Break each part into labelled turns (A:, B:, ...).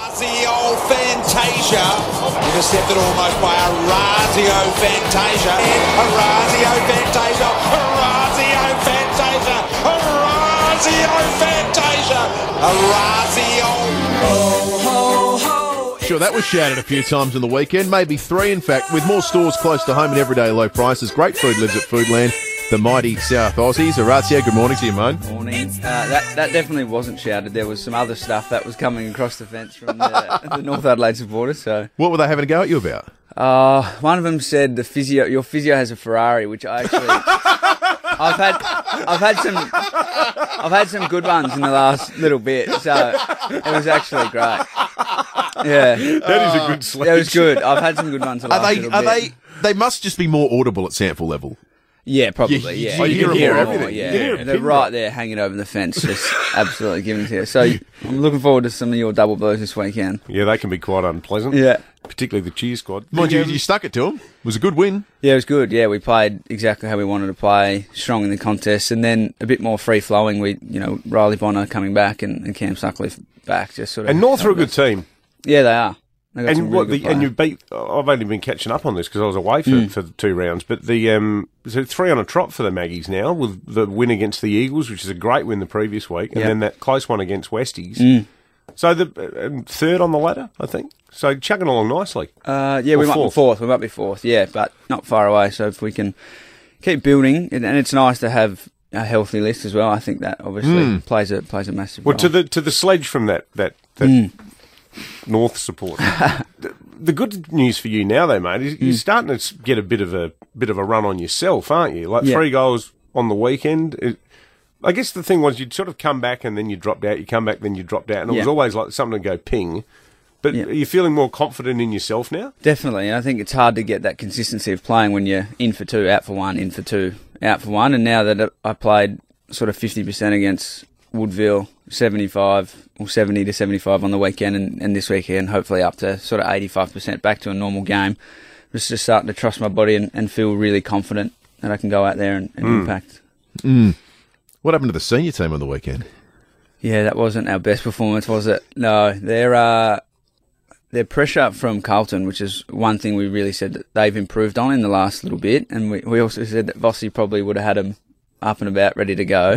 A: goal, Fantasia. Intercepted almost by Orazio Fantasia. And Orazio Fantasia. Orazio Fantasia. Orazio Fantasia. Orazio.
B: Sure, that was shouted a few times in the weekend, maybe three, in fact, with more stores close to home and everyday low prices. Great food lives at Foodland. The mighty South Aussies. Horatio, good morning to you, mate.
C: Morning. Uh, that, that definitely wasn't shouted. There was some other stuff that was coming across the fence from the, the North Adelaide supporters. So
B: What were they having a go at you about?
C: uh, one of them said the physio, your physio has a Ferrari, which I actually, I've had, I've had some, I've had some good ones in the last little bit. So it was actually great. Yeah,
B: That is a good
C: it was good. I've had some good ones. The last
B: Are they?
C: little
B: Are
C: bit.
B: they? They must just be more audible at Sanford level.
C: Yeah, probably.
B: you-
C: Yeah,
B: you hear 'em all,
C: them
B: everything.
C: Yeah,
B: You hear 'em,
C: they're right there, hanging over the fence, just absolutely giving it to you. So I'm looking forward to some of your double blows this weekend.
D: Yeah, they can be quite unpleasant.
C: Yeah.
D: Particularly the cheer squad.
B: Mind you, you stuck it to them. It was a good win.
C: Yeah, it was good. Yeah, we played exactly how we wanted to play, strong in the contest, and then a bit more free flowing. We, you know, Riley Bonner coming back and, and Cam Suckliffe back, just sort of.
D: And North are a good team.
C: Yeah, they are. They got some
D: And
C: really
D: what
C: good Hmm.
D: the, and you
C: players.
D: beat. I've only been catching up on this because I was away for, for the two rounds. But the um, so three on a trot for the Maggies now with the win against the Eagles, which is a great win the previous week, and
C: Yeah. Hmm.
D: then that close one against Westies. So the um, third on the ladder, I think. So chugging along nicely.
C: Uh, yeah, we
D: Or
C: might be
D: fourth.
C: fourth. We might be fourth. Yeah, but not far away. So if we can keep building, and, and it's nice to have a healthy list as well. I think that obviously plays a plays a massive.
D: Hmm. Well,
C: role.
D: to the to the sledge from that that, that
C: Hmm.
D: North support. the, the good news for you now, though, mate, is you're
C: Hmm.
D: starting to s- get a bit of a bit of a run on yourself, aren't you? Like
C: Yeah.
D: three goals on the weekend. It, I guess the thing was you'd sort of come back and then you dropped out. You come back, then you dropped out, and it was
C: Yeah.
D: always like something to go ping. But
C: Yeah.
D: are you feeling more confident in yourself now?
C: Definitely, and I think it's hard to get that consistency of playing when you're in for two, out for one, in for two, out for one. And now that I played sort of fifty percent against Woodville, seventy-five or seventy to seventy-five on the weekend, and, and this weekend hopefully up to sort of eighty-five percent, back to a normal game. Just just starting to trust my body and, and feel really confident that I can go out there and, and impact.
B: What happened to the senior team on the weekend?
C: Yeah, that wasn't our best performance, was it? No, their uh, their pressure from Carlton, which is one thing we really said that they've improved on in the last little bit, and we, we also said that Vossi probably would have had them up and about, ready to go,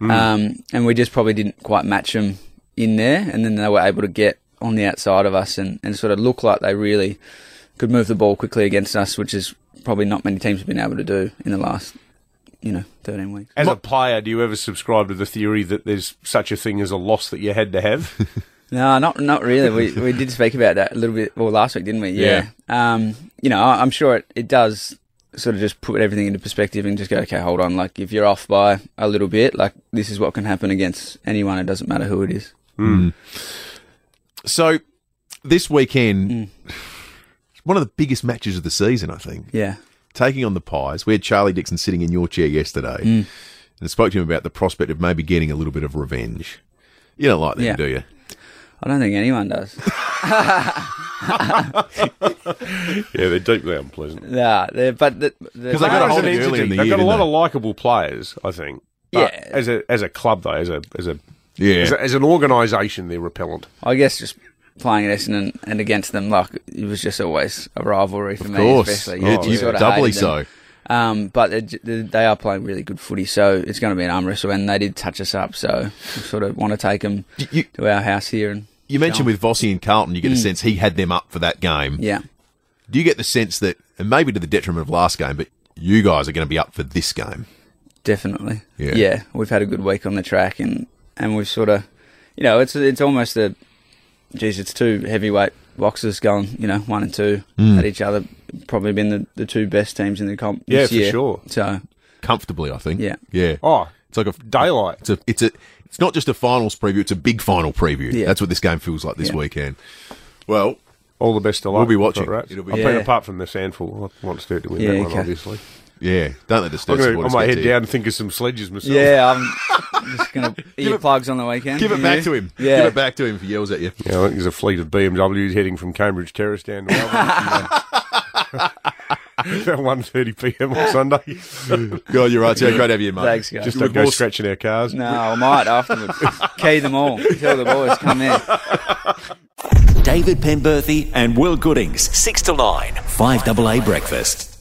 C: Um, and we just probably didn't quite match them in there, and then they were able to get on the outside of us and, and sort of look like they really could move the ball quickly against us, which is probably not many teams have been able to do in the last, you know, thirteen weeks.
D: As a player, do you ever subscribe to the theory that there's such a thing as a loss that you had to have?
C: No, not not really. We we did speak about that a little bit well last week, didn't we? Yeah. Um, you know, I- I'm sure it, it does sort of just put everything into perspective and just go, okay, hold on. Like if you're off by a little bit, like this is what can happen against anyone. It doesn't matter who it is.
B: So this weekend, one of the biggest matches of the season, I think.
C: Yeah.
B: taking on the Pies. We had Charlie Dixon sitting in your chair yesterday
C: Mm.
B: and spoke to him about the prospect of maybe getting a little bit of revenge. You don't like them,
C: Yeah.
B: do you?
C: I don't think anyone does.
D: yeah, they're deeply unpleasant.
C: nah, they're- but the, the,
B: 'Cause they got a
D: As
B: hold
D: an
B: of you early in
D: entity,
B: the
D: They've
B: year,
D: got a lot
B: didn't
D: of likable players, I think. But
C: Yeah.
D: As a as a club though, as a as a
B: Yeah.
D: as, a, as an organisation, they're repellent.
C: I guess just playing at Essendon and against them, like it was just always a rivalry for
B: Of
C: me.
B: course.
C: especially.
B: Yeah,
C: You
B: you-
C: sorta
B: doubly
C: hated them.
B: so.
C: Um, but they, j- they are playing really good footy, so it's going to be an arm wrestle. And they did touch us up, so we sort of want to take them
B: Y- you-
C: to our house here. And
B: You mentioned with Vossi and Carlton, you get a sense he had them up for that game.
C: Mm. yeah,
B: Do you get the sense that, and maybe to the detriment of last game, but you guys are going to be up for this game?
C: definitely.
B: Yeah.
C: we've had a good week on the track, and and we've sort of, you know, it's it's almost a, geez, it's two heavyweight boxers going, you know, one and two
B: Mm.
C: at each other. Probably been the, the two best teams in the comp.
D: Yeah,
C: this
D: for
C: year.
D: sure.
C: So
B: Comfortably, I think.
C: Yeah.
B: Yeah.
D: Oh,
B: It's like a
D: daylight.
B: it's a it's a it's not just a finals preview, it's a big final preview.
C: Yeah.
B: That's what this game feels like this
C: Yeah.
B: weekend. Well,
D: All the best of luck.
B: We'll be watching.
D: Right?
B: It'll
D: It'll
B: be-
D: be, I
C: Yeah.
D: mean, apart from the sandfall, I want Sturt to win
C: Yeah,
D: that one,
C: okay.
D: obviously.
B: yeah, don't let the
D: I'm
B: Sturt
D: going to
B: supporters
D: put my
B: get
D: head
B: to you.
D: down and think of some sledges myself.
C: yeah, I'm just gonna earplugs on the weekend.
B: Give it
C: You?
B: back to him.
C: Yeah,
B: Give it back to him if he yells at you.
D: Yeah, I think there's a fleet of BMWs heading from Cambridge Terrace down to Melbourne. About 1.30 p.m. on Sunday.
B: God, you're right. Yeah, great to have you, mate.
C: Thanks, guys.
D: Just
B: With
D: don't go
B: more-
D: scratching our cars.
C: No, I might afterwards. Key them all. Tell the boys come in.
E: David Penberthy and Will Goodings, 6 to 9, 5AA Breakfast.